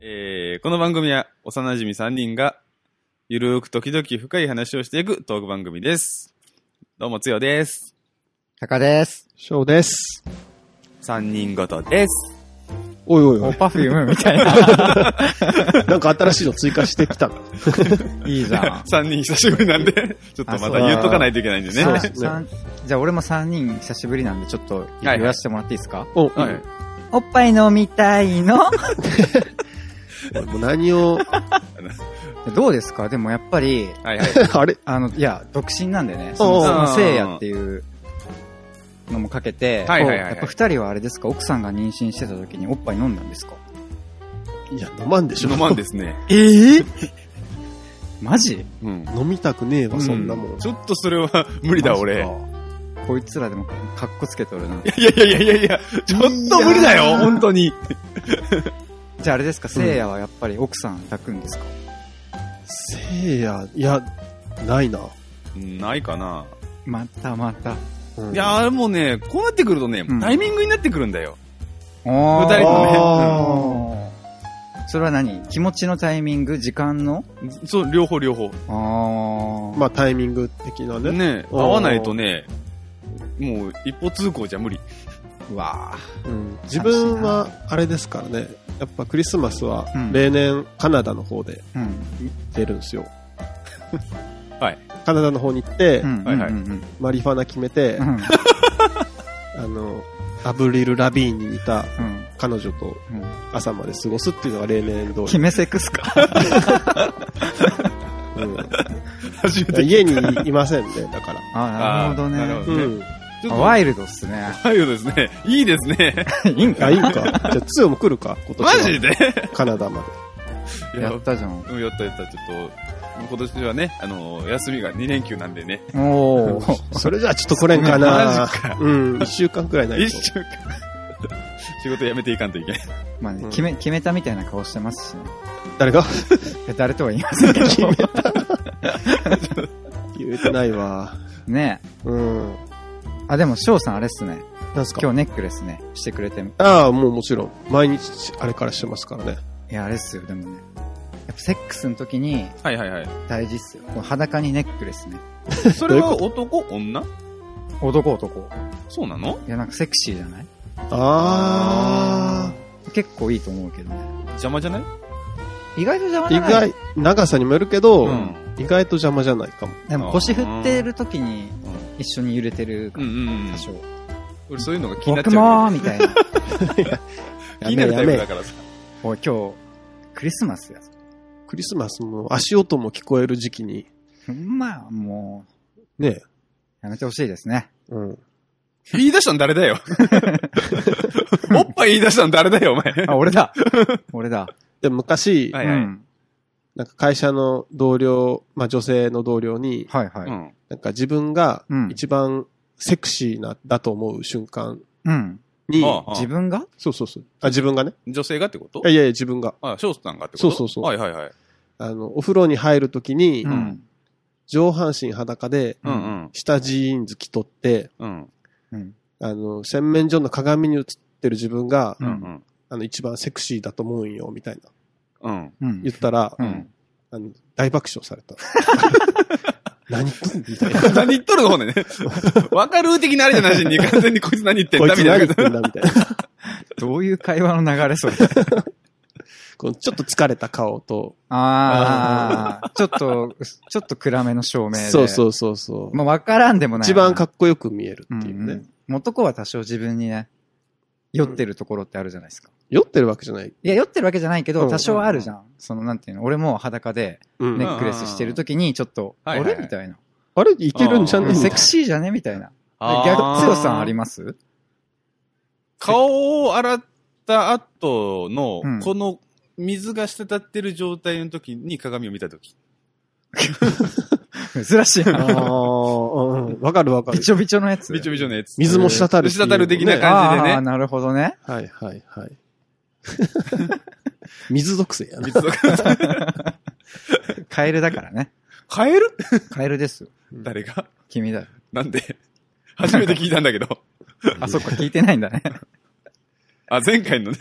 えーこの番組は幼馴染3人がゆるーく時々深い話をしていくトーク番組です。どうも、つよです。タカです。翔です。 3人ごとです。おいおいおい。パフュームみたいな。なんか新しいの追加してきた。いいじゃん。 3人久しぶりなんで、 ちょっとまた言っとかないといけないんでね。そうはでいすねさんじゃあ俺も3人久しぶりなんでちょっと言わせてもらっていいですか、お、はい。おっぱい飲みたいのもう何を、 どうですかでもやっぱり、はいはい。あれあの、いや、独身なんでね、そのおうその聖夜っていうのもかけて、はいはいはいはいやっぱ2人はあれですか奥さんが妊娠してた時におっぱい飲んだんですかいや、飲まんでしょ。飲まんですね。えぇ、マジうん。飲みたくねえわ、そんなも。うんちょっとそれは無理だ、俺。いマジか。こいつらでもかっこつけとるな。やいやいやいやいや、ちょっと無理だよ、本当に。じゃああれですか聖夜はやっぱり奥さん抱くんですか、せいや、いや、ないな。うんないかな。またまた。うんい、やー、もうね、こうなってくるとねう、んタイミングになってくるんだよ。おー二人のねあそれは何気持ちのタイミング時間のそう、両方両方。あー、まあタイミング的なね。ねおー合わないとね、もう一歩通行じゃ無理。うわうん自分は、あれですからね。やっぱクリスマスはうん、例年、カナダの方でー。うん。出るんですよ。はい。カナダの方に行ってう、ん。はいはいうんうんマリファナ決めてう、ん。あの、アブリル・ラビーンに似たうん彼女とうん朝まで過ごすっていうのが例年通決り。めセックスか。うん初めいやて。家にいませんね、だから。あー、なるあほーなどね。うるん。ちょっあと、ワイルドっすね。はいよですね。いいですね。いいんかあ、いいか。じゃあ、2も来るか、今年マは。ジでカナダまで。やったじゃん。うんやったやった。ちょっと、今年はね、あの、休みが2連休なんでね。おー。それじゃあ、ちょっと来れんかマな。ジか。うん、1週間くらいない一週と。間。仕事辞めていかんといけない。まあねうん決め、決めたみたいな顔してますしね。誰がいや誰とは言いません けど。言えてないわ。ねうん。あ、でも、翔さんあれっすね。なんすか今日ネックレスね、してくれて。ああ、もうもちろん。毎日、あれからしてますからね。いや、あれっすよ、でもね。やっぱセックスの時にはいはいはい。大事っすよ。この裸にネックレスね。それは男女男男。そうなのいや、なんかセクシーじゃないあ結構いいと思うけどね。邪魔じゃない意外と邪魔あ。じ意ゃない。外、長さにもよるけど、うん意外と邪魔じゃないかも。でも腰振ってる時に一緒に揺れてるうんうんうん多。少。俺そういうのが気になっ僕ちゃもーみたいな。 う。気になるタイプだえ。からさ。おい、今日、クリスマスやぞ。クリスマスの足音も聞こえる時期に、まあ、もね。う、やめてほしいですね。うん。言い出したの誰だよ。おっぱい言い出したの誰だよ、お前。あ、俺だ 俺だ。で、昔、はいはいうんなんか会社の同僚、まあ女性の同僚に、はいはうい。ん。なんか自分がうん一番セクシーな、だと思う瞬間うん。に、ああ自分がそうそうそう。あ、自分がね。女性がってこといやいやいや、自分が。あ、ショースさんがってことそうそうそうはいはいはい。あの、お風呂に入るときにう、ん。上半身裸で、うんうん。下ジーンズ着とって、うん。うん。あの、洗面所の鏡に映ってる自分が、うんうん。あの、一番セクシーだと思うんよ、みたいな。うん。 うん。言ったら、うん。あの大爆笑された。何言ってんのみた いな。何言っとるのほんでね。わかる的なあれじゃなしに、完全にこいつ何言ってんこいだみつた何い言っな。てんだみたいな。どういう会話の流 れそれ。このちょっと疲れた顔と、あー、ちょっと、ちょっと暗めの照明で。そうそうそうそう。まあ、わからんでもない。一番かっっこよく見えるいっていうね。男は多少自分にね、酔ってるところってあるじゃないですか。酔ってるわけじゃない。いや、酔ってるわけじゃないけうんうど、ん多少はあるじゃん。その、なんていうの、俺も裸でうんネックレスしてる時に、ちょっと、うんあうんうんれみたいな。あれいけるんじゃうんねうんセクシーじゃねみたいな。逆強さんありま ます顔を洗った後のうん、この水が滴ってる状態の時に鏡を見た時。珍しい ああな。ー、うんわかるわかびる。ちょびちょのやつ。びちょびちょのやつ。水も滴るっていう。滴る的なね感じでねあーなるほどね。はいはいはい。 水属性やな。水とか。 カエルだからね。カエルカエルですよ。誰が君だよ。なんで初めて聞いたんだけど。 あ、そっか、聞いてないんだね。あ、前回のね、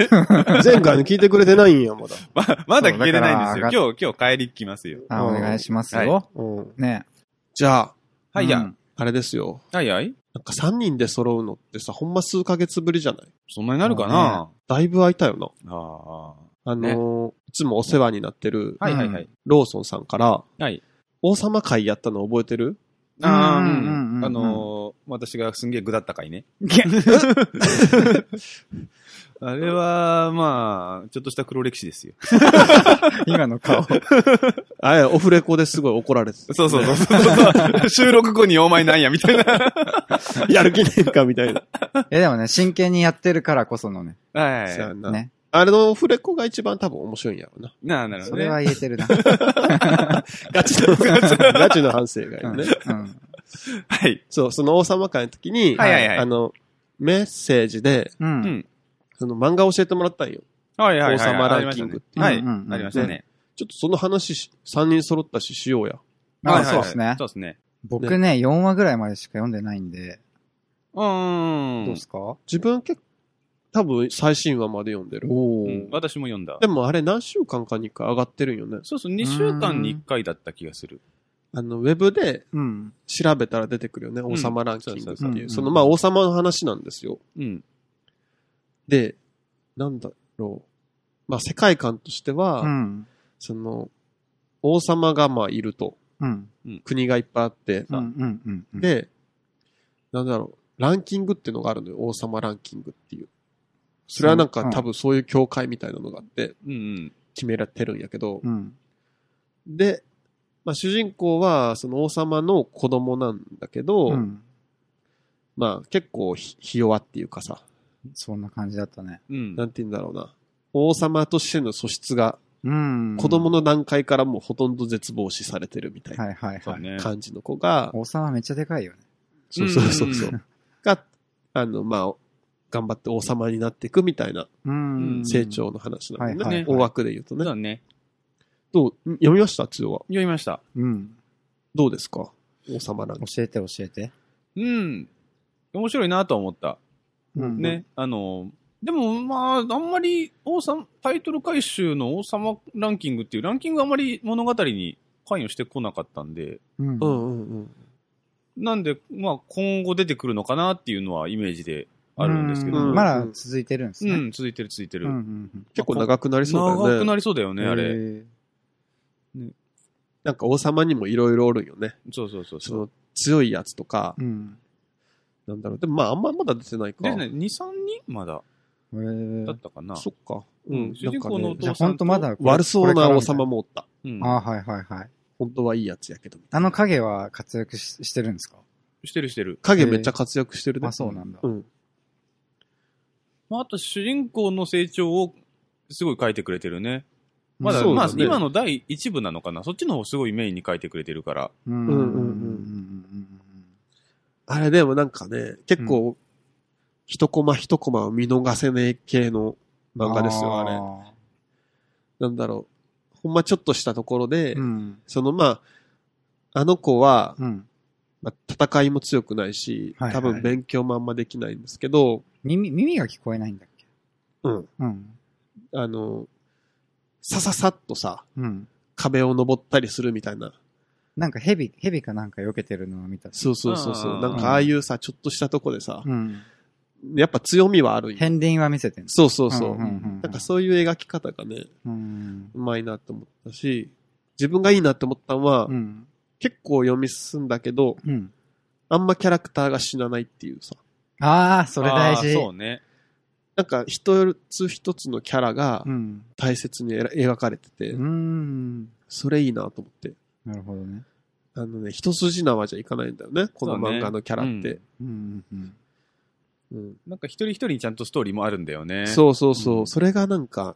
前回の聞いてくれてないんや、まだ。ま、まだ聞けてないんそうでだすかよ。今日、今日帰り来ますよ。あ、お願いしますよ。はうん。ね。じゃあ、はい、や、うんあれですよ。はいはい。なんか3人で揃うのってさ、ほんま数ヶ月ぶりじゃないそんなになるかな、だいぶ空いたよな。ああ。あのーいつもお世話になってる、はいはいはい。ローソンさんから、はい。王様会やったの覚えてるああ、ううんうんうんうんん。うんあのー、私がすんげえ具だったかいね。あれは、まあ、ちょっとした黒歴史です よ。 今の顔。あれ、オフレコですごい怒られてた。そうそうそうそう そう。収録後にお前なんや、みたいな。 やる気ねえんか、みた いな。え、でもね、真剣にやってるからこそのね。はそうやい。なね。あれのオフレコが一番多分面白いんやろな。なあ、なるほそどれ ね。は言えてるな。ガチの、ガチの反省がいうんるね。うんはい。そう、その王様会の時に、はいはいはいあの、メッセージで、う。うんん。その漫画教えてもらったんよ。はいはいはい。王様ランキングっていうはい。うんうんうんありましたね。ちょっとその話し、3人揃ったししようや。はあ、いはいそうはいですねそ。うですね。僕ね、4話ぐらいまでしか読んでないんで。うーん。どうですか自分結構、多分最新話まで読んでる。おうん私も読んだで。もあれ何週間かに一回上がってるんよね。そうそう、2週間に1回だった気がする。あの、ウェブでうん。調べたら出てくるよね。王様ランキングってそうそういそうう。その、まあ王様の話なんですよ。うん。で、なんだろう。まあ世界観としては、うん。その、王様がまあいると。うん。国がいっぱいあって。うん。うんうん。うん、で、なんだろう。ランキングっていうのがあるのよ。王様ランキングっていう。それはなんか、うん多分そういう教会みたいなのがあって、うんうん。決められてるんやけど。うん。で、まあ、主人公は、その王様の子供なんだけど、うん。まあ、結構ひ、ひ弱っていうかさ、そんな感じだったね。うん。なんて言うんだろうな。王様としての素質が、うん。子供の段階からもうほとんど絶望視されてるみたいはいはいそうはい。ねな。感じの子が、王様めっちゃでかいよね。そうそうそうそううんう。が、あの、まあ、頑張って王様になっていくみたいなうん。成長の話なんではいはいね。大枠で言うとそうね。だね。どう、ん読みました通話。読みました。うん。どうですか王様なんか。教えて教えて。うん。面白いなと思った。うん。ね。あの、でも、まあ、あんまり、王様、タイトル回収の王様ランキングっていう、ランキングあまり物語に関与してこなかったんで、うん。うん。うんうんうん。なんで、まあ、今後出てくるのかなっていうのはイメージであるんですけど、ううんん、まだ続いてるんですね。続いてる続いてうる。んうん結構長くなりそうだよね。長くなりそうだよね、あれ。れ。なんか王様にもいろいろおるんよね。そうそうそうそそう。の強いやつとか、うん。なんだろう。でもまああんままだ出てないか。でね、2、3人まだへーだったかな。そっか。ううんん。主人公のなんおか父じさゃんあと本当まだこれ悪そうな王様こもおった。うんれからみたいな。ああ、はいはいはい。本当はいいやつやけど。あの影は活躍ししてるんですかしてるしてる。影めっちゃ活躍してるね。あ、そうなんだう。ん。まあ、あと主人公の成長をすごい書いてくれてるね。まだ、そうまだあね、今の第一部なのかな。そっちの方すごいメインに書いてくれてるから。うんうんうんうんあれでもなんかね、結構、一コマ一コマを見逃せねえ系の漫画ですよ、あれ。なんだろう。ほんまちょっとしたところで、うん。そのまあ、あの子は、うん。まあ戦いも強くないし、はいはい多分勉強もあんまできないんですけど、耳、耳が聞こえないんだっけうん。うん。あの、さささっとさ、うん。壁を登ったりするみたいな。なんか蛇、蛇かなんか避けてるのを見た。そうそうそうあそう。ーなんかああいうさ、ちょっとしたとこでさ、うん。やっぱ強みはあるんよ片鱗は見せてるんです。そうそうそう。うんうんうんうんなんかそういう描き方がね、うんう。まいなと思ったし、自分がいいなって思ったのは、うん。結構読み進んだけど、うん。あんまキャラクターが死なないっていうさ。ああ、それあ大ー事。そうね。なんか一つ一つのキャラがうん。大切に描かれてて、うん。それいいなと思って。なるほどね。あのね、一筋縄じゃいかないんだよね、この漫画のキャラって。うん。うん。うんなんか一人一人にちゃんとストーリーもあるんだよね。う。そうそうそう、うんそれがなんか、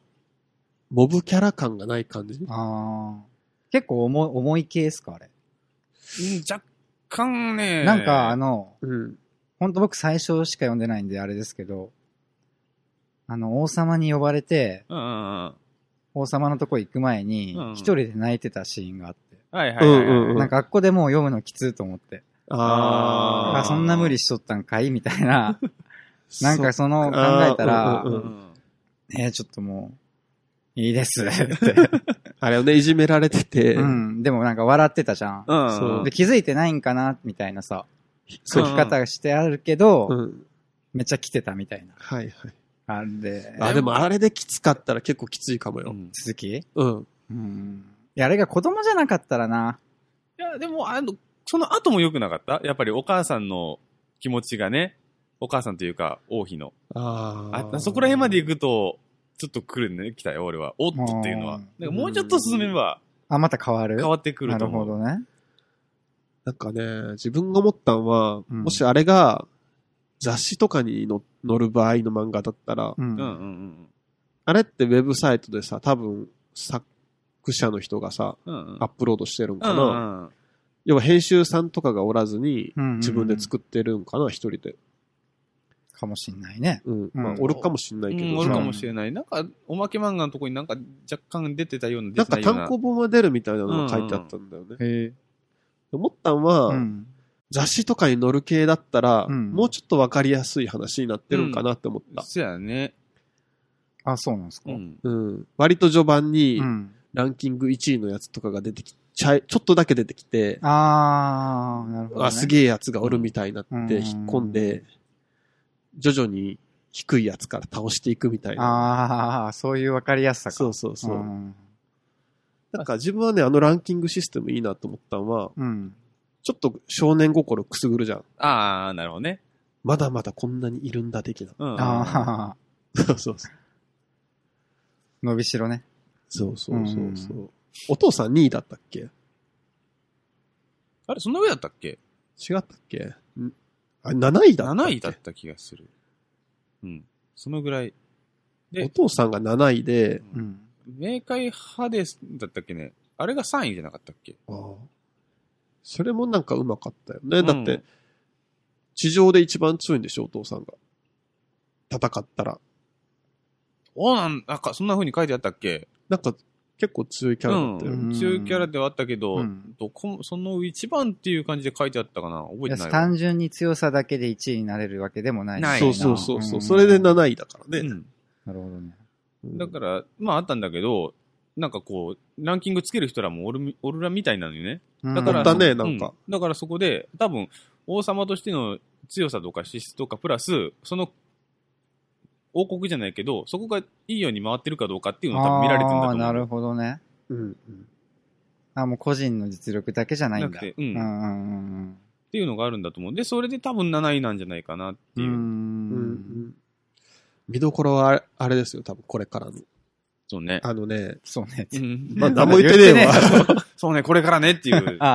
モブキャラ感がない感じ。ああ。結構重い、重い系ですかあれ。若干ね。なんか、あの、の、うん。本当僕最初しか読んでないんであれですけど、あの、王様に呼ばれて、うんうんうん。王様のとこ行く前にうんうん、一人で泣いてたシーンがあって、はいはいはい、うんうんうんなんかあっこでもう読むのきついと思って、あーああそんな無理しとったんかいみたいななんかその考えたら、うんん。えーちょっともう、いいですって。あれをね、いじめられてて、うん。でもなんか笑ってたじゃん。うん。そうで気づいてないんかなみたいなさ、そう書うんき方してあるけど、うん。めっちゃ来てたみたいな。はいはい。あれで、あ、でもあれできつかったら結構きついかもよ。い続きうん。うん。いや、あれが子供じゃなかったらな。や、でも、あの、その後も良くなかったやっぱりお母さんの気持ちがね、お母さんというか、王妃の。ああそこら辺まで行く。くと、ちょっと来るね、来たよ、俺は。おっとっていうのうはん。なんかもうちょっと進めばあ、また変わる変わってくるとなるほ思う。どね。なんかね、自分が思ったんは、うんもしあれが雑誌とかにの載る場合の漫画だったら、うん。ううん。うんんうんあれってウェブサイトでさ、多分作者の人がさ、うん。うんうんアップロードしてるんうかな。んうん。要は編集さんとかがおらずに、うんうんうん自分で作ってるんかな、一人で。かもしんないね。うん。まあう、んおるかもしんないけうど。ん、おるかもしれない。なんか、おまけ漫画のとこになんか若干出てたような、な出んてなかいよう単な。行本が出るみたいなのが書いてあったんだよね。へ思ったんは、うん。雑誌とかに載る系だったら、うんもうちょっとわかりやすい話になってるんかなって思った。そうやね。あ、そうなんですか。ううん。ん。うん。割と序盤に、ランキング1位のやつとかが出てきちゃい、ちょっとだけ出てきて、あー、なるほど、ね。あ、すげえやつがおるみたいになってうん引っ込んで、徐々に低いやつから倒していくみたいな。あー、そういう分かりやすさか。そうそうそう。ん。なんか自分はね、あのランキングシステムいいなと思ったのは、うん。ちょっと少年心くすぐるじゃん。ああ、なるほどね。まだまだこんなにいるんだ的な。うん。あー、そうそうそう。伸びしろね。そうそうそうそうう。お父さん2位だったっけ違あれ、そんな上だったっけったっけんあ、7位だったっけ ?7 位だった気がする。うん。そのぐらい。でお父さんが7位で、ううんん。明快派です、だったっけね。あれが3位じゃなかったっけああそれもなんかうまかったよね。んだって、地上で一番強いんでしょ、お父さんが。戦ったら。おなん、なんか、そんな風に書いてあったっけなんか、結構強いキャラだったよ。うん強いキャラではあったけど、うんどこも、その一番っていう感じで書いてあったかな覚えてないわ。単純に強さだけで1位になれるわけでもないしないそうそうそうそう。んそれで7位だからね。うん。なるほどね。だから、まああったんだけど、なんかこう、ランキングつける人らもおるみ、おるらみたいなのよね。だから、おったねうなんかだからそこで、多分、王様としての強さとか資質とか、プラス、その、王国じゃないけど、そこがいいように回ってるかどうかっていうのを多分見られてんだと思あう。ーなるほどね。うん。うんあ、もう個人の実力だけじゃないなんくだ。て、うん。うんっうんていうのがあるんだと思う。で、それで多分7位なんじゃないかなってうんうん。う。いう。うんうんん見どころはあれあれですよ、多分これからの。そうね。あのね、そうね。うんまあ、何も言ってねえわ。 そうね、これからねっていう。 あ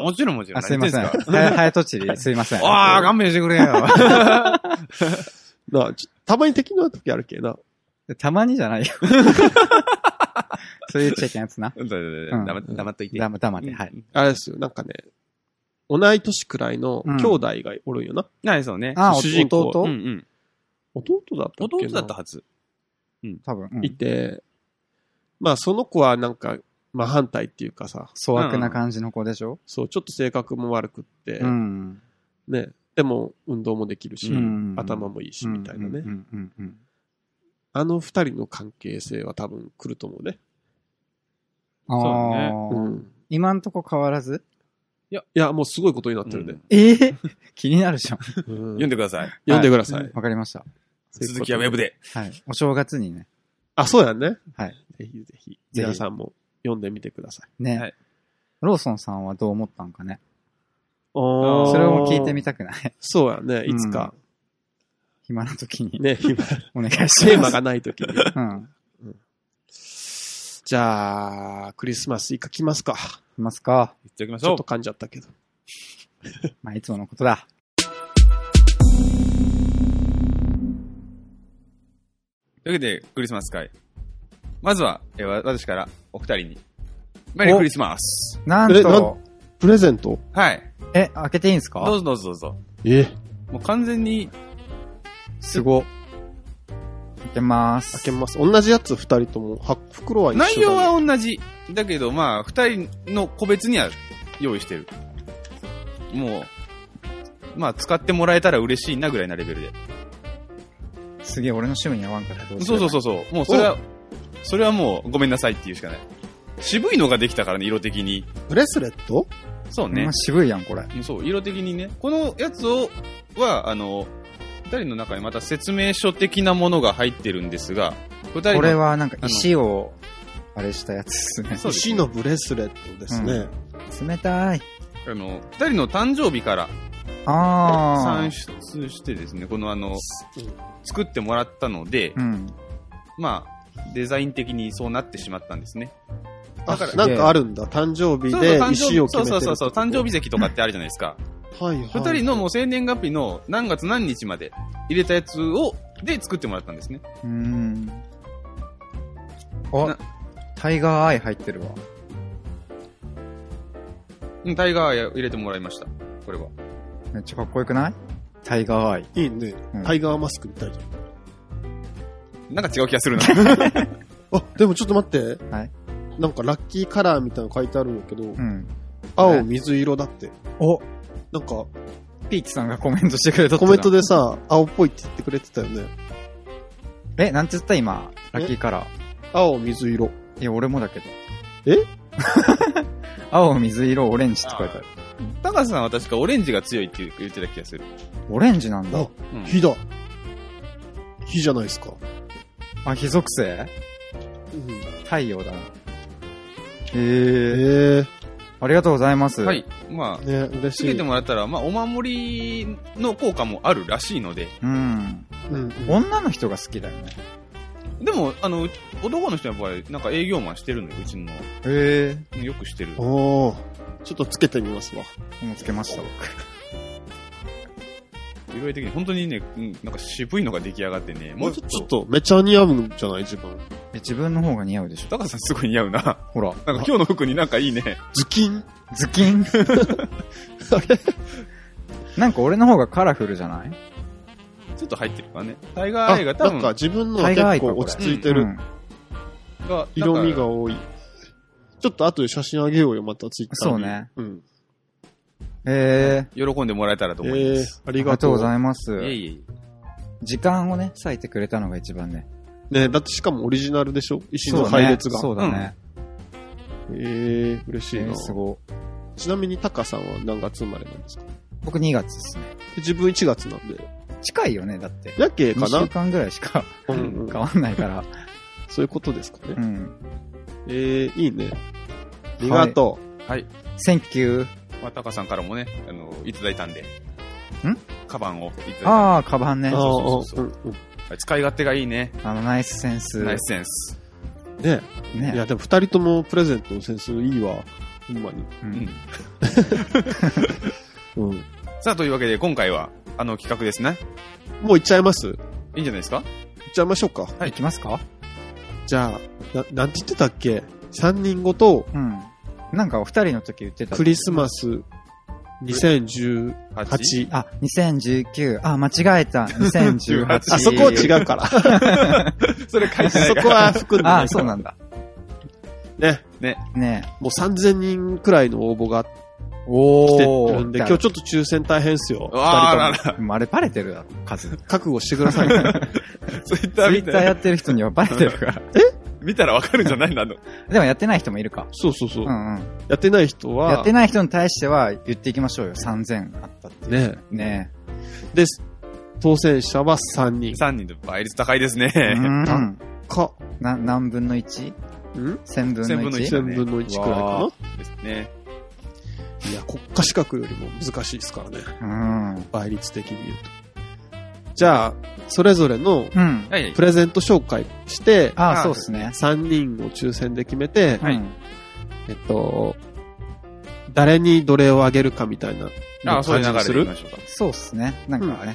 ああもちろんもちーろん。あ、すいません。何言ってんすかはやとち り、すいません。あ あ、勘弁してくれ よ。なあちょたまに敵の時あるけな。たまにじゃないよ。そう言っちゃいけないやつな。うんうん黙っ黙っといて。だま、だまで、はい。あれですよ、なんかね、同い年くらいの兄弟がおるんよな。ないそうね。あー、主人公弟うんうん。弟だったっけ弟なだったはず。多分、うんいて、まあその子はなんか、まあ反対っていうかさ、粗悪な感じの子でしょそう、ちょっと性格も悪くって、うん。ね、でも運動もできるし、うん頭もいいし、みたいなね。うんうんうんうん。あの二人の関係性は多分来ると思うね。そうねああ、うん。今んとこ変わらずいや、もうすごいことになってるうねん。ええ 気になるじゃん。うん読んでください。読んでください。わかりました。続きはウェブで。で。はい。お正月にね。あ、そうやね。はい。ぜひぜひ。ぜひ皆さんも読んでみてください。ね。はいローソンさんはどう思ったんかね。おーそれを聞いてみた。たくない。 そうやね。いつか。暇な時 に。ね、今、お願いします。テーマがないときに。うん。じゃあ、クリスマスいかきますか。いますか。言っておきましちょょっと噛んじゃったけど。まあ、いつものことだ。う。というわけで、クリスマス会。まずは、えーわ私からお二人に。メリークリスマス。なんえなと、プレゼントはい。え、開けていいんですかどうぞどうぞどうぞ。えもう完全に、すご。開けま開す。けます。同じやつ二人とも、は袋は一緒だね内容は同じ。だけど、まあ、二人の個別には用意してる。もう、まあ、使ってもらえたら嬉しいなぐらいなレベルで。すげえ俺の趣味に合わんからどう。そうそうそううそう。もうそれは、それはもうごめんなさいって言うしかない。渋いのができたからね、色的に。ブレスレットそうね、ねま。渋いやん、これ。そう、色的にね。このやつを、は、あの、二人の中にまた説明書的なものが入ってるんですが、二人のこれはなんか石を、あれしたやつですね。そうです石のブレスレットですね。冷たい。あの、二人の誕生日からあ算あ。出してですね、このあの、うん作ってもらったので、うん。まあ、デザイン的にそうなってしまったんですね。あだからなんかあるんだ。誕生日そうそうで誕生日石をそ決めうてるそうそうそう、誕生日。日席とかってあるじゃないですか。はいはい。二人のもう生年月日の何月何日まで入れたやつを、で作ってもらったんですね。うーん。なあ、タイガーアイ入ってるわ。うんタイガー入れてもらいました。これは。めっちゃかっこよくないタイガーアイ。いいねうん。タイガーマスクみたいじゃん。なんか違う気がするな。あ、でもちょっと待って。はいなんかラッキーカラーみたいなの書いてあるんだけど、うん。青水色だって。お、なんか、ピーチさんがコメントしてくれたコメントで。でさ、青っぽいって言ってくれてたよね。え、なんて言った今、ラッキーカラー。青水色。いや、俺もだけど。え 青、水色、オレンジって書いてある。高瀬さんは確かオレンジが強いって言ってた気がする。オレンジなんだあ。、うん火だ。火じゃないですか。あ、火属性うん、太陽だな。ええー、ー、ありがとうございます。は。い。まあ、ね、嬉つしい。けてもらったら、まあ、お守りの効果もあるらしいので、うん。うんうん女の人が好きだよね。でも、あの、男の人はやっぱり、なんか営業マンしてるんで、うちの、えよくしてる。おーちょっとつけてみますわ。ー、もうつけました、僕。色合い的に、本当にね、うんなんか渋いのが出来上がってね、もうちょちょっっと、と、めちゃ似合うんじゃない自分。え自分の方が似合うでしょ。高瀬さんすごい似合うな。ほら、なんか今日の服になんかいいね。ズキンズキン。 あれなんか俺の方がカラフルじゃないちょっと入ってるからね。タイガーアあ、イなが多分、んか自分のはタイガーアイ結か構落ち着いてる。うんが色味なんがか多い。ちょっと後で写真あげようよ、またツイッターに。そうね。うん。えー、喜んでもらえたらとえ思いまーす。、あありりががととううございます。いえいえいえ。時間をね、割いてくれたのが一番ね。ね、だってしかもオリジナルでしょ石の配列が。そうだね。えー、嬉しいえなー。すごい。ちなみにタカさんは何月生まれなんですか僕2月ですね。自分1月なんで。近いよね、だって。やけ2か週な間ぐらいしかうん変うんわんないから。そういうことですかねう。ん。えー、いいね。ありがとはい。 Thank you. まあ、タカさんからもね、あの、いただいたんで。んカバンをいただいた。あー、カバンう。ね。ああーそうそうはい使い勝手がいいね。の、ナイスセンス。ナイスセンス。うんねいねや、。でも二人ともプレゼントのセンスいいわ。ほんまに。ううんん。うん。さあ、というわけで、今回は、あの企画ですね。もう行っちゃいます行っいいんじゃないですかちゃいましょうか。はいいきますかじゃあ、な、なんて言ってたっけ三人ごと、うん。なんかお二人の時言ってた。クリスマス2018。八あ、2019。あ、間違え た。2018。あそこは違うから。そそれ書いてないから。こは含んでなあ、いそかうら。なんだ。ね。ねもう3000人くらいの応募がえ。お来てるんで、だ今から日ちょっと抽選大変っすよ。あー二ら人ともら。でもあれバレてるだろ、数。ツ覚悟してくださいね。ツイッイター見ッターやて。ってる人にはバレてるから。見たらわかるんじゃないなの。でもやってない人もいるか。そうそうそうう。んうん。やってない人は、やってない人に対しては言っていきましょうよ。3000あったって。ね。ねです。当選者は3人。 3人で倍率高いですね。え。うん。か、な、何分の 1? ん千分千の分の一 1? 1000分の1くらいわかですね。な。いや、国家資格よりも難しいですからね。うん。倍率的に言うと。じゃあ、それぞれのうん。はいはいプ。レゼント紹介して、あ、そうっすね。 3人を抽選で決めて、はいうんえっと、誰にどれをあげるかみたいなああ、そういう流れすでいるきましょうか。そうっすね。なんかね、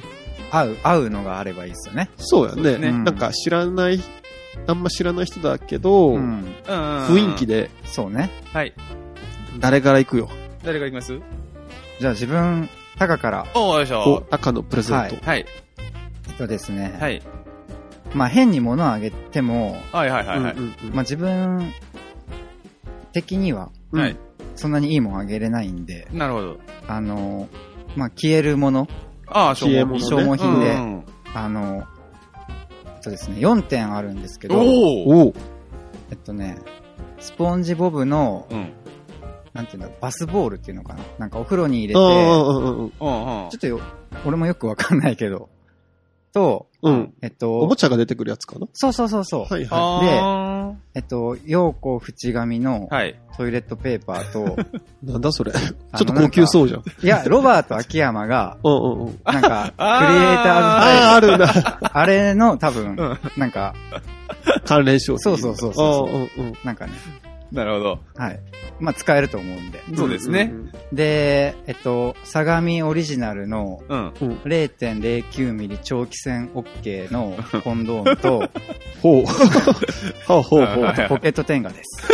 合う、合うのがあればいいっすよね。そうやそうですねねうんなんか知らない、あんま知らない人だけど、うん。雰雰囲気で。でそうね。はい。誰から行くよ。誰がいきますじゃあ自分、タカから、おー、よいしおょ。、赤のプレゼント。ははい。えっとですね、はい。まあ変に物をあげても、はいはいはいはい。うんうんうんまあ自分的にはうんはいそんなにいいもんあげれないんで、なるほど。あの、まあ消えるもの、ああ、消消え耗物ね消耗品でうんうんあの、とですね、4点あるんですけど、おおおうえっとね、スポンジボブの、うん。なんていうんだ、バスボールっていうのかななんかお風呂に入れて、ちあょあ、うんうんうんうんっ。とよ、俺もよくわかんないけど、と、うん。えっおもと、ちゃが出てくるやつかなそうそうそうそう、はいはあえっと、陽子淵上のーはい。トイレットペーパーと、い。なんだそれ。 ちょあっとのな高んか級そうじゃん。いや、ロバート秋山が、うんうんうん。なんか、クリエ イタあーああ、ーズあ るな。タイル、あれの多分ん、なんか、関連商品。そうそうそうそうそうああうんうんなんかね、なるほど。はい。まあ、使えると思うんで。そうですねんんで、えっと、相模オリジナルのうん。 0.09ミリ長期線 OK のコンドームと、ほう。 ほうほうほはうい。ポケットテンガです。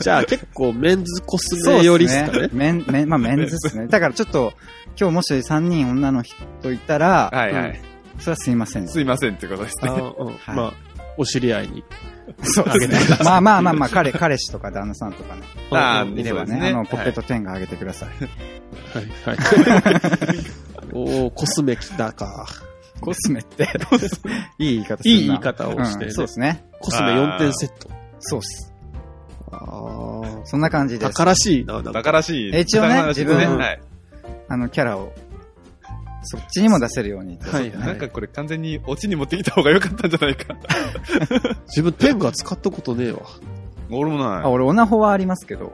じゃあ結構メンズコスメ寄りっすかそうねっ。すメン、メン、まあ、メンズっすね。だからちょっと、今日もし3人女の人いたら、はいはい。それはすいません。すいませんってことですあね。ーうんはいまあ、お知り合いに。そうですね。まあまあまあまあ、彼、彼氏とか旦那さんとかね、あーうんいればそうね、ですねあの、ポケットテンガあげてください。はいはい。 おーコスメ来たか。コスメって、 いい言い方するな。いい言い方をしてね、うんそうですね。コスメ4点セット。そうっす。あーそんな感じです。高らしいな、なんだか。からしい。一応ね宝らしいです自分はい。あの、キャラを、そっちにも出せるように。はいはいなんかこれ完全にオチに持ってきた方が良かったんじゃないか。自分テンガ使ったことねえわ。俺もあ、な俺、オナホはありますけど、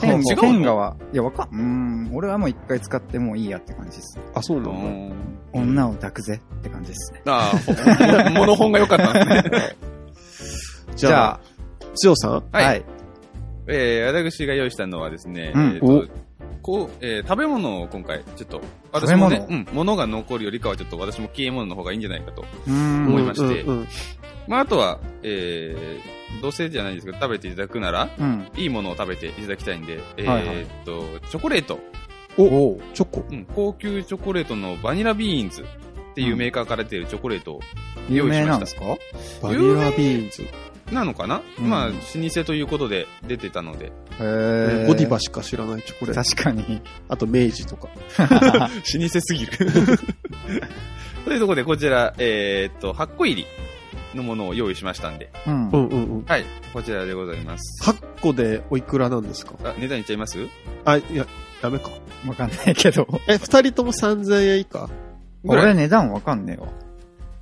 テン違うのテンガは、いや、わかん、うーん、俺はもう一回使ってもういいやって感じです。あ、そうい。なうんん女を抱くぜって感じですね。ああ、ほ物本が良かったんですね。だ。じじゃゃあ、つよさんあ、は。はいい。 えー、私が用意したのはですね、うんえーとこう、えー食べ物を今回、ちょっと、私もね食、べうん、物が残るよりかはちょっと私も消え物の方がいいんじゃないかと。うーん思いましてうんうんうんまあ、あとは、えー、どうせじゃないですけど、食べていただくなら、うん。いいものを食べていただきたいんで、えはいはいーっと、チョコレート、お、チョコ。うん、高級チョコレートのバニラビーンズっていうメーカーから出てるチョコレート有用意しました名なんですかバニラビーンズ。なのかな、うんまあ、老舗ということで出てたので、へーゴディバしか知らないチョコレート。確かに。あと明治とか。老舗すぎる。 というところで、こちら、えーっと、8個入りのものを用意しましたんで、うん。うんうんうん。はい、こちらでございます。 8個でおいくらなんですかあ、値段いっちゃいますあ、いや、ダメか。わかんないけど。え、二人とも3000円以下ぐらい俺値段わかんねえわ。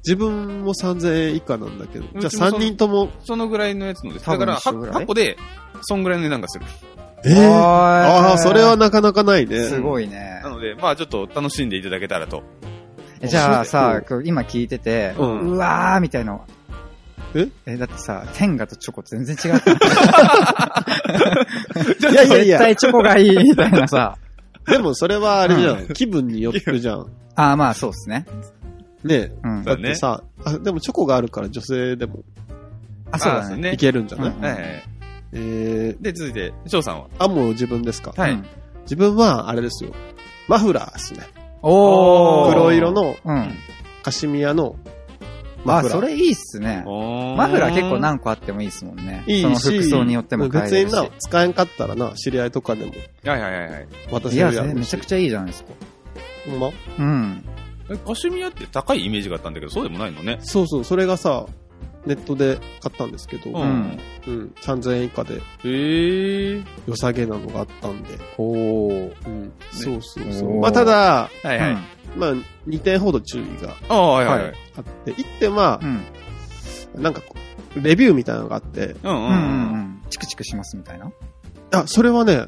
自分も3000円以下なんだけど。うじゃあちもそ三人とも。そのぐらいのやつのです。多だ分から一緒ぐ 8, らい個で、そんぐらいの値段がする。えー、あああ、それはなかなかないね。すごいねな。ので、まあちょっと楽しんでいただけたらと。えじゃあうさん、こう今聞いてて、ううんわーみたいな。ええ、だってさ、天下とチョコ全然違 うから。いやいやい絶や、対チョコがいいみたいな さ。でもそれはあれじゃん。う気分によってるじゃん。ああ、まあそうですね。ねえ。うそ。うんだっだねてさ、あ、でもチョコがあるから女性でもあ、そうあだそうね。ねいけるんじゃない、うんはいはいはい。えー、で、続いて、翔さんはあ、もう自分ですか、はいうん。自分は、あれですよ。マフラーですね。おー。黒色。のうん。カシミヤのマあ、フラー。それいいっすね。ママフラー結構何個あってもいいっすもんね。いいし、その服装によっても変えれる別にしな、。使えんかったらな、知り合いとかでもはいはいはいはい。渡いせや、るやそれん。めちゃくちゃいいじゃないですか。ほんまうん。えカシミヤって高いイメージがあったんだけど、そうでもないのね。そうそう、それがさ、ネットで買ったんですけど、う。うんん、ん3000円以下でへえ。良さげなのがあったんで、おー。うんそうそうそおう。ーまあ、ただ、はいはい。まあ、2点ほど注意がああ、はいはいはい。あって、1点はう、ん。なんかこう、レビューみたいなのがあって、うんうんう。うんんうんううん。ん。チクチクしますみたいな。あ、それはね、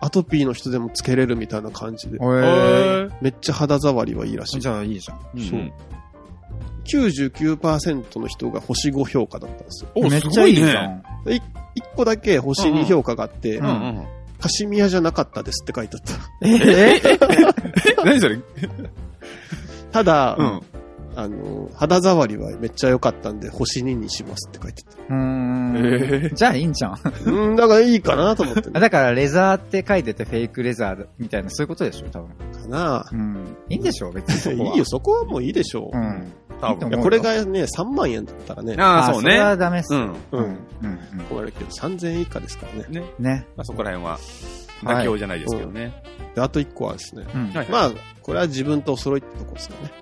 アトピーの人でもつけれるみたいな感じで、へえめっちゃ肌触りはいいらしい。じゃあいいじゃん。えそうん99%の人が星5評価だったんですよ。お、めっすちごゃいいいじゃね。ん。 1個だけ星2評価があって、うんうん。カシミヤじゃなかったですって書いてあった。えええ、何それうん。ただ、ああの、肌触りはめっちゃ良かったんで、星2にしますって書いてうーえん。じゃあいいんじゃん。た。うん、だからいいかなと思って、あね、だから、レザーって書いてて、フェイクレザーみたいな、そういうことでしょ、多分。かなうん。いいんでしょ、別にそいこは。 いよ、そこはもういいでしょう。ういん。多いい分。と思やうよこれがね、3万円だったらね、ああ、そうそれね。はダメっす。ううん。ん。う。うんうん、ん。困るけど、3000円以下ですからね。ね。ね。まあそこら辺は、はい妥協じゃないですけどね。であと1個はですね、うん。はいまあ、これは自分とお揃いってとこですかね。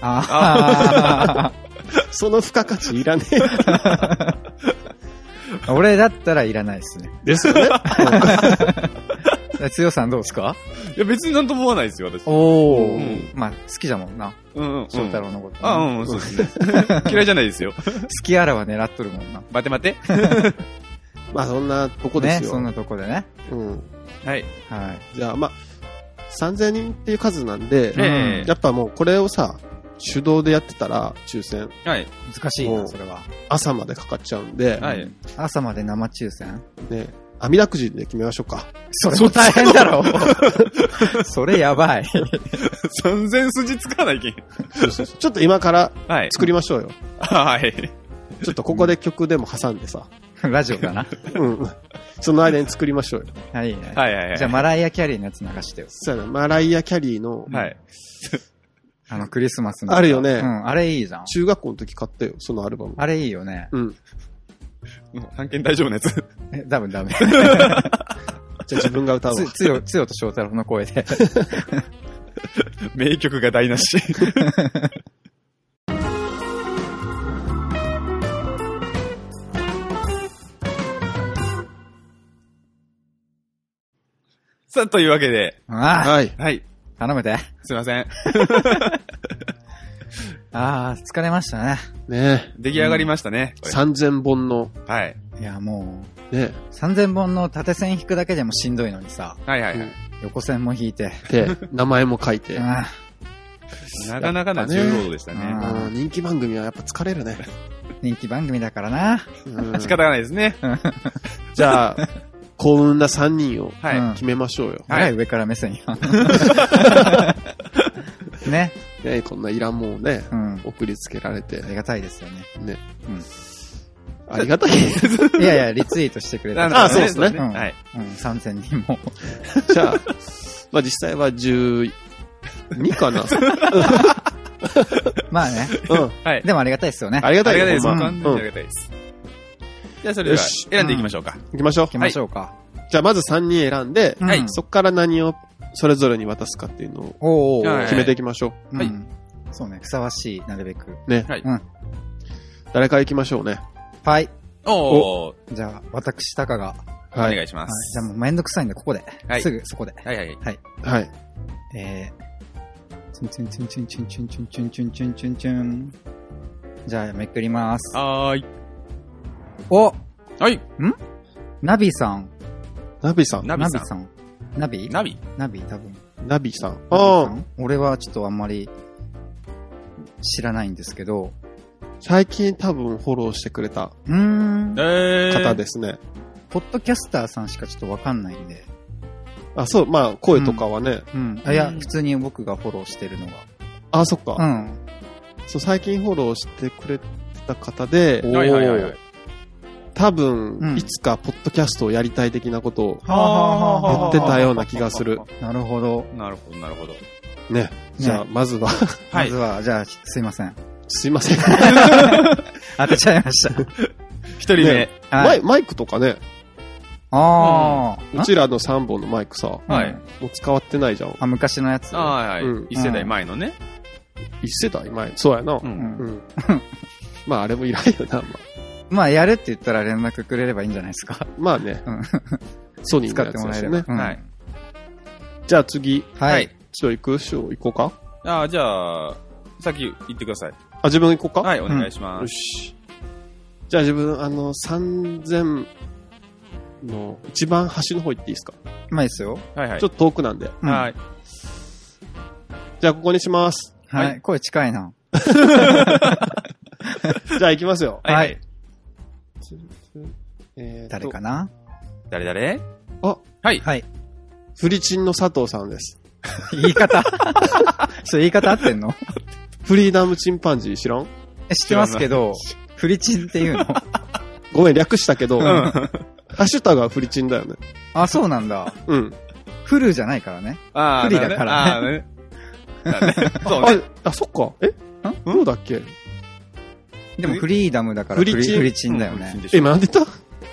ああその付加価値いらねえ。あ。 俺だったらいらないですね。です よね。つよさんどうですかいや、別になんとも思わないですよ、私。おお、うんまあ、好きじゃもんな。うんうん、うん。翔太郎のこと、あ、うん、そうですね。嫌いじゃないですよ。好きあらは狙っとるもんな。待て待て。まあそんなとこでね、すよ。そんなとこでね。うん。はい。はい。じゃあまあ、3000人っていう数なんで、ええやっぱもうこれをさ、手動でやってたら、抽選、はい。難しいおな、うそれは。朝までかかっちゃうんで、はい朝まで生抽選ね、網だくじで決めましょうか。それも大変だろ。 それやばい。 3000筋つかないけん。そうそうそうちょっと今からはい。作りましょうよ。はい。ちょっとここで曲でも挟んでさ、ラジオかな。うん。その間に作りましょうよ。はい、いねはいはいはい。じゃあ、マライア・キャリーのやつ流してよ。そうやな、マライア・キャリーのはい。あの、クリスマスの。あるよねうん、あれいいじゃん。中学校の時買ったよ、そのアルバム。あれいいよね。うん。うん判件大丈夫なやつ。え、多分ダ メ。じゃあ自分が歌うわつ、。つよ、つよと翔太郎の声 で。 名曲が台無し。 さあ、というわけで、ああ、はい。はい。頼めて。すいません。ああ、疲れましたね。ね出来上がりましたね。これ3000本の、はい。いや、もう、ね、 3000本の縦線引くだけでもしんどいのにさ、はいはいはい。横線も引いて。で、名前も書いて。あなかなかな重労働でしたやっね。ぱねうん人気番組はやっぱ疲れるね。あ人気番組だからな。うん仕方がないですね。じゃあ、幸運な3人をはい。うん決めましょうよ。はいはい、上から目線 よ。 ね。ね、こんないらんもんをね、うん。送りつけられてあ。りがたいですよね。ね。うんありが たい。いやいや、リツイートしてくれた。あそうですねうんはい。うん、3000人も。 じゃあ、まあ実際は12か な。まあね。うん。はい。でもありがたいですよね。ありがあたいりがたいです。ほん完全にあまうんりがたいです。じゃあ、それではよし選んでいきましょうか。行きましょう行き。ましょうか。じゃあまず3人選んで、はいうんそっから何をそれぞれに渡すかっていうのをおーおーおーはい決めていきましょうう。んはいそうね。ふさわしい、なるべく。はいうん。誰から行きましょうね。はい。おー、じゃあ、私、タカが。はい。お願いしまじすゃあ。もうめんどくさいんで、ここで。はいすぐ、そこで。はいはい。はい。えー、チュンチュンチュンチュンチュンチュンチュンチュンチュンチュンチュンチュン。じゃあ、めくります。はーい。おはい。ナビさん。ナビさん。ナビさん。ん。ナビナビナビ多分。ナビさん。ナビさああ、ん俺はちょっとあんまり知らないんですけど。最近多分フォローしてくれたうーん。えー。方ですね。ポッドキャスターさんしかちょっとわかんないんで。あ、そう、まあ、声とかはね。うん。あいや、うん普通に僕がフォローしてるのが。あ、そっか。うん。そう、最近フォローしてくれた方で、おはいはいはいはい。多う分、んいつかポッドキャストをやりたい的なことをはあはあはあ言ってたような気がする。なるほど。なるほど、なるほど。ね。じゃあ、まずは、はまいず。は、じゃあ、すいません。すいません。当てちゃいま した。一人目ね。はマい。イマイクとかね、ああ。うちらの3本のマイクさ、もうんはい。う使わってないじゃん。あ、昔のやつ。ああー、はいはうんい。一世代前のね。一世代前。そうやな。ううん。 ん。まあ、あれもいらんよな。ままあ、やるって言ったら連絡くれればいいんじゃないですかあ、。まあねうん。ソニー使のっやてつもでらえすれば。よねう。んはい。じゃあ次、ははいい。ちょ、行くしょ、行こうか。ああ、じゃあ、先言ってください。あ、自分行こうか。はい、お願いしまよす。し。じゃあ自分、あの、3000の一番端の方行っていいですか、まあ、いいですよ。はいはいちょ。っと遠くなんで。うんはい。じゃあここに します。はいはい。声近いな。じゃあ行きますよ。はいはい。えーと誰かな誰誰あ、はい。はい。フリチンの佐藤さんです。言い方 そう、言い方合ってんのフリーダムチンパンジー知らんえ 知ってますけ ど、フリチンって いうのごめん、略したけど、うん。ハ あッシュタグはフリチンだよね。あ、そうなんだ。うん。フルじゃないからね。あー、不利だからね。あーね。 だねそうあね。、あ、そっか。えんどうだっけでもフリーダムだからフフリリチンフリチンだよね。え、今なんで言っ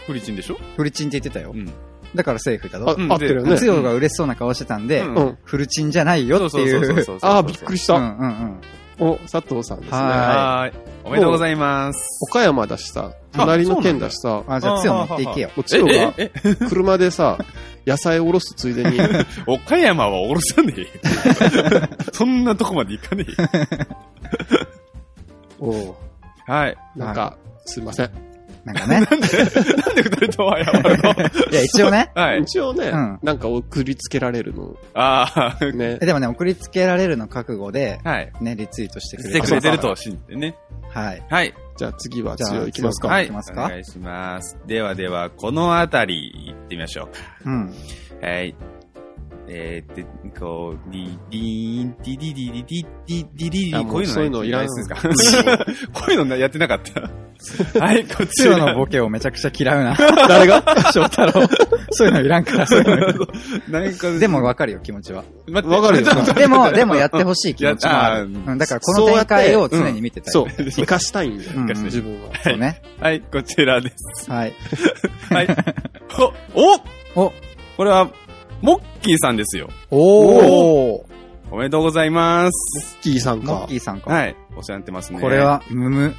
フリチンでしょフリチンって言ってたよう。ん。だからセーフだたぞ。あ、うん合ってるよつね。よが嬉しそうな顔してたんでう、んうん。フルチンじゃないよっていう。そうあー、びっくりした。うんうんうん。お、佐藤さんですね。ははーい。おめでとうございます。岡山だしさ、隣の県だしさ、あ、じゃあ、つよ持っていけよ。おちよがえ、車でさ、野菜おろすついでに、岡山はおろさねえよ。そんなとこまで行かねえよ。おうはい。なんか、すいません。なんかね。 なんで二人とも謝るのいや、一応ね。はい。一応ね、うんなんか送りつけられるの。あねえ。でもね、送りつけられるの覚悟で、あ、はい。ね、リツイートしてくしれてる。くれてると信じてね。はい。はい。じゃあ次はじゃあ強いいきますか。強はいい。きおますか願いします。ではでは、このあたり、行ってみましょうか。うん。はい。えー、で、こう、リリーン、ディディディディディディディディデあィ、もうこういうのそういうのいらんないですかこういうのやってなかった。はい、こつちよらのボケをめちゃくちゃ嫌う な。誰が翔太郎。そういうのいらんから、そういうなんか、の。でもわかるよ、気持ちは。待って、わかるよ。でも、でもやってほしい気持ちもある。いやあーうんだからこの展開を常に見てたい。そう。生かしたいんだよう。んうん自分は。そうね。 はい、こちらです。はい。はい。お、おお、これは、モッキーさんですよ。おー。おめでとうございます。キーさんモッかキ。ーさんか。はい。お世話になってますね。これ。は、むむ。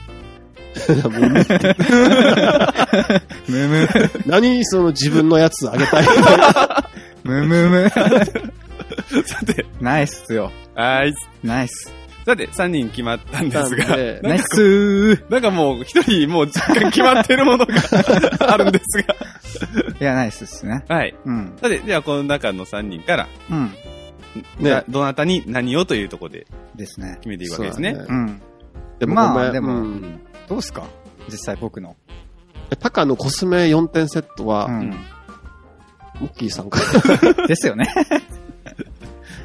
むむ、何その自分のやつあげたい。むむむ。さて、ナイスよ。はい。ナイス。さて、3人決まったん ですなんが、でナイスー。なんかもう、一人もう実家決まってるものがあるんですが。いや、ナイスっすね。はい。うん。さて、ではこの中の3人から、うん。ねなどなたに何をというところでですね。決めていくわけですね。そうだうん。でもまあごめんでもうんどうっすか実際僕の。タカのコスメ4点セットうは、ん。モッキーさんか。ですよね。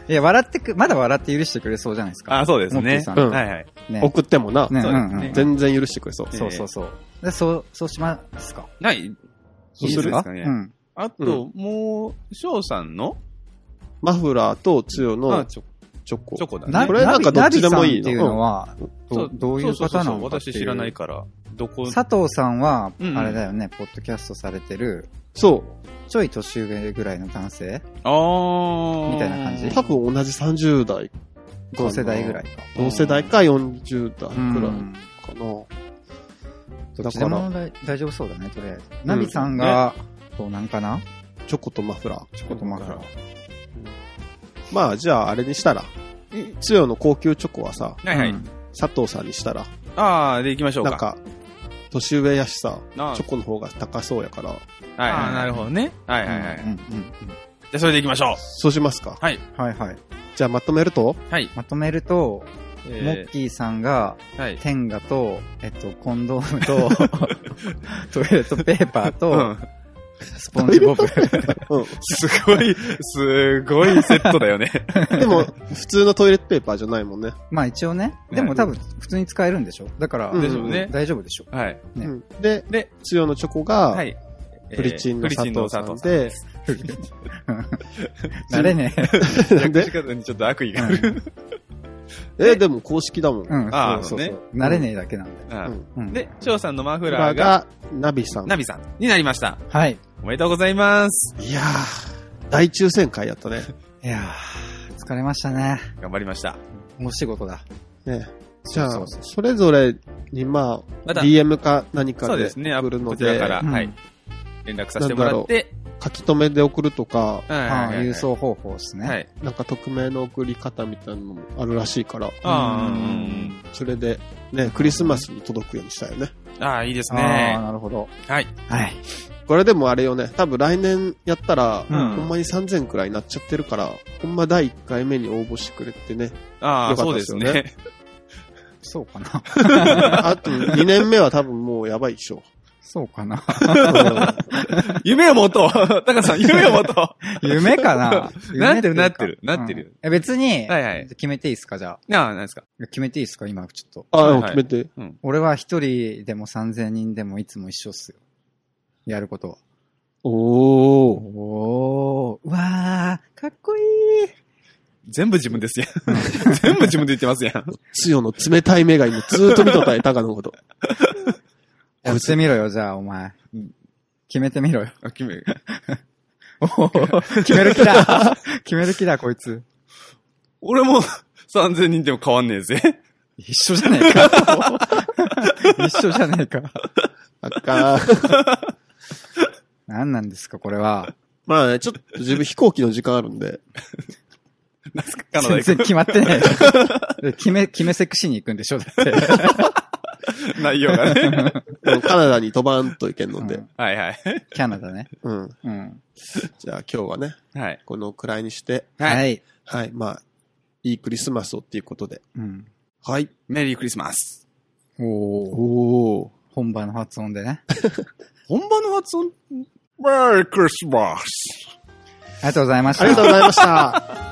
いや、笑ってく、まだ笑って許してくれそうじゃないですか。あ、そうですモッキねー。さん。うんはいはい。ね。送ってもな。ね、そううですんうんね全然許してくれそう。そうそうそう。で、そう、そうしますかない。そういいすでるすかかねうん。あと、もう、翔さんのマフラーとつよあのチョチョコ。チョコだなねこ。れなんかどっちでもいナビさんいのっていうのは、どうどういうそうそ方うなそのうかって私知らないから、どこ、佐藤さんは、うんうんあれだよね、ポッドキャストされてる、そちょい年上ぐらいの男性あー。みたいな感じう。多分同じ30代。同世代ぐらいか。同世代か40代うんくらいかな。どだっちでからも、大大丈夫そうだね、とりあえず。ナビさんが、どうなんかなチョコとマフラー。ちょっと待って。まあ、じゃあ、あれにしたら。つよの高級チョコはさ、はいはい。うん佐藤さんにしたら、ああ、で行きましょうか。なんか、年上やしさ、あーチョコの方が高そうやから、はいあはーい。なるほどね。はいはいはい。うんじうんうゃんあそれで行きましょそうしますか。うんはいはい。じゃあ、まとめると、う。はい。まとめると、えモッキーさんが、ーはい。テンガと、えっと、コンドームと、トイレットペーパーうと、ん。スポンジボブ。 うすごい、すごいセットだよ ね。ん。でも、普通のトイレットペーパーじゃないもんね。まあ一応ね。でも多分、普通に使えるんでしょだから、うんでしょうね大丈夫でしょはい。ねうんで、で、つよのチョコが、はい。プリチンのえープ佐リチン藤のさ佐ん藤さん。で、 なれねえ。なん略し で、方にちょっと悪意がある。え、でも公式だもん。うん。あそそううねそう。なれねえだけなんで。 あーうん。で、翔さんのマフフララーーが、が、ナビさん。ナビさんになりました。はい。おめでとうございます。いやー、大抽選会やっ たね。いやー、疲れましたね。頑張りました。お仕事だ。ね。じゃあそう、そうそれぞれに、まあ、また DM か何かそうでですね。あ送るのこちで、らから、うんはい。連絡させてもらって、書き留めで送るとか、はいはいあはいあはい。郵送方法ですはね。い。なんか匿名の送り方みたいなのもあるらしいから、あーううんんうんそれで、ね、クリスマスに届くようにしたよね。うん。ああ、いいですああ、ね。なるほど。はい。はい。これでもあれよね、多分来年やったら、うんほんまに3000くらいになっちゃってるから、ほんま第1回目に応募してくれてね。 あよあ、かっそたうでですすよねね。 そうかな。 あと2年目は多分もうやばいで しょ。そうかな。夢を持とう 高さん、夢を持と夢かな なってる夢なっってるなってるうんえ、別にう、はいはい。決めていいですかじゃああ、なんですかあ。決めていいですか今、ちょっと。あ、はいでもはい決めて。俺は一人でも三千人でもいつも一緒っすよ。やることは。おー。おー、うわー、かっこいい。全部自分ですやん。全部自分で言ってますやん。つよの冷たい目が今ずーっと見とったよ、タカのこと。やってみろよ、じゃあ、お前。決めてみろよ。あ、決め。おー決める気だ。決める気だ、こいつ。俺も3000人でも変わんねえぜ。一緒じゃねえ か。一緒じゃねえか。あかん。何なんですか、これは。まあね、ちょっと自分飛行機の時間あるんで。なんすか、カナダ行く全然決まってねえよ。決め、決めセクシーに行くんでしょ、だって。内容がね。もうカナダに飛ばんといけんのうでん。はいはい。キャナダね。うん。うん。じゃあ今日はね、はい。このくらいにして、はい。い。はい、まあ、いいクリスマスをっていうことで。うん。はい。メリークリスマス。おーおー。本場の発音でね。本場の発音メリークリスマス。ありがとうございました。ありがとうございました。